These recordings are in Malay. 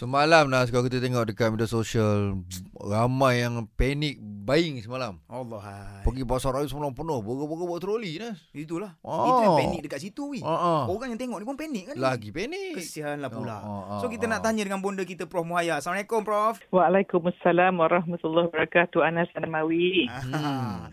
Semalam Nas kalau kita tengok dekat media sosial Ramai yang panik buying semalam Allah. hai. Pergi pasar raya semalam penuh Burger-burger buat troli Nas Itulah. Ah. Itu yang panik dekat situ weh. Ah, ah. Orang yang tengok ni pun panik kan. Lagi panik Kesianlah pula. Ah, ah, so kita ah, nak tanya dengan bonda kita Prof Muhaya. Assalamualaikum Prof. Waalaikumsalam warahmatullahi wabarakatuh Anas Anmawi. Hmm.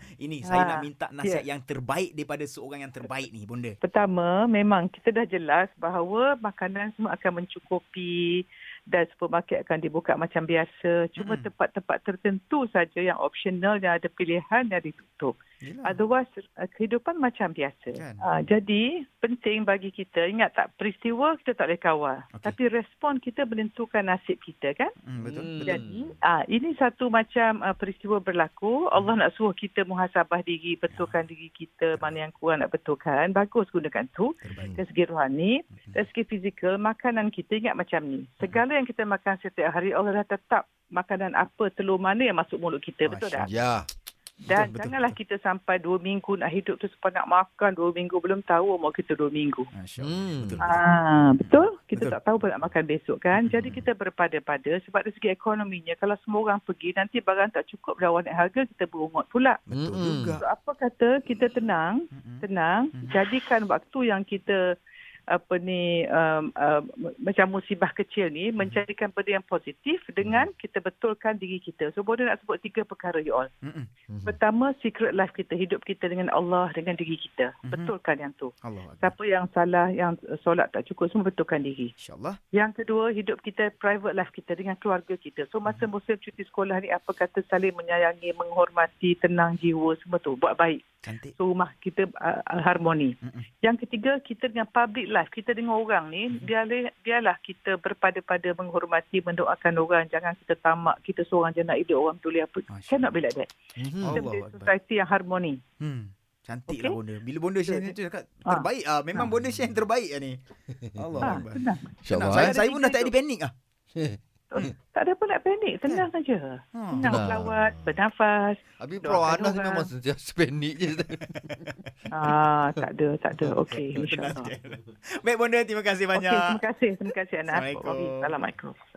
Ah, Ini saya Ah, nak minta nasihat yang terbaik daripada seorang yang terbaik ni bonda. Pertama, memang kita dah jelas bahawa makanan semua akan mencukupi dan supermarket akan dibuka macam biasa. Cuma Mm-mm. tempat-tempat tertentu saja yang optional yang ada pilihan yang ditutup. Yelah. Otherwise, eh, kehidupan macam biasa. Hmm. Kan. Ah, jadi, penting bagi kita, ingat tak, peristiwa kita tak boleh kawal. Okey. Tapi respon kita menentukan nasib kita kan? Hmm, betul. Hmm. betul. Jadi ah ini satu macam ah, peristiwa berlaku. Allah nak suruh kita muhasabah diri, betulkan Ya. diri kita, mana yang kurang nak betulkan. Bagus gunakan tu. Terbaik. Hmm, Dari segi rohani, dari segi fizikal, makanan kita ingat macam ni. Segala yang kita makan setiap hari, Allah dah tetap makanan apa, telur mana yang masuk mulut kita. Betul tak? Ya Dan betul, janganlah kita sampai dua minggu nak hidup tu sebab nak makan dua minggu. Belum tahu umur kita dua minggu. Masya Hmm. Allah. Betul. Ah, betul. Kita Betul. betul. tak tahu apa nak makan besok kan. Jadi Mm-mm. kita berpada-pada sebab dari segi ekonominya kalau semua orang pergi nanti barang tak cukup dah naik harga kita berungut pula. Betul Mm-mm. juga. So apa kata kita tenang, Mm-mm. tenang, Mm. jadikan waktu yang kita apa ni um, uh, macam musibah kecil ni menjadikan benda yang positif dengan kita betulkan diri kita. So boleh nak sebut tiga perkara you all. Mm-mm. Mhm. Pertama secret life kita, hidup kita dengan Allah, dengan diri kita. Mhm. Betulkan yang tu. Allah. Akbar. Siapa yang salah, yang uh, solat tak cukup, semua betulkan diri. InsyaAllah. Yang kedua, hidup kita, private life kita dengan keluarga kita. So, Mhm. masa musim cuti sekolah ni, apa kata saling menyayangi, menghormati, tenang jiwa, semua tu. Buat baik. Cantik. So, rumah kita uh, harmoni. Mm-mm. Yang ketiga, kita dengan public life. Kita dengan orang ni, Mhm. biarlah, biarlah kita berpada-pada menghormati, mendoakan orang. Jangan kita tamak, kita seorang je nak hidup orang tu lihat apa. Masya Cannot be like that. Mhm. Kita Allah boleh Akbar. society yang harmoni. Hmm. Cantik Okey? lah bonda. Bila bonda share Betul. macam tu cakap Ah. terbaik ah memang Ah. bonda share yang terbaik lah ni. Allah. Ha, Akbar. tenang. Tenang. InsyaAllah Saya eh. saya pun dah tak ada panik ah. Tak ada apa nak panik. Tenang saja. Ha. Tenang Tenang. berlawat, bernafas. Habis Doakan Pro Anas lah. orang. memang sentiasa panik je Ah, tak ada, tak ada. Okey, Tenang insyaAllah. sikit. Baik bonda terima kasih Okey, banyak. terima kasih. Terima kasih, Anas. Assalamualaikum. Assalamualaikum.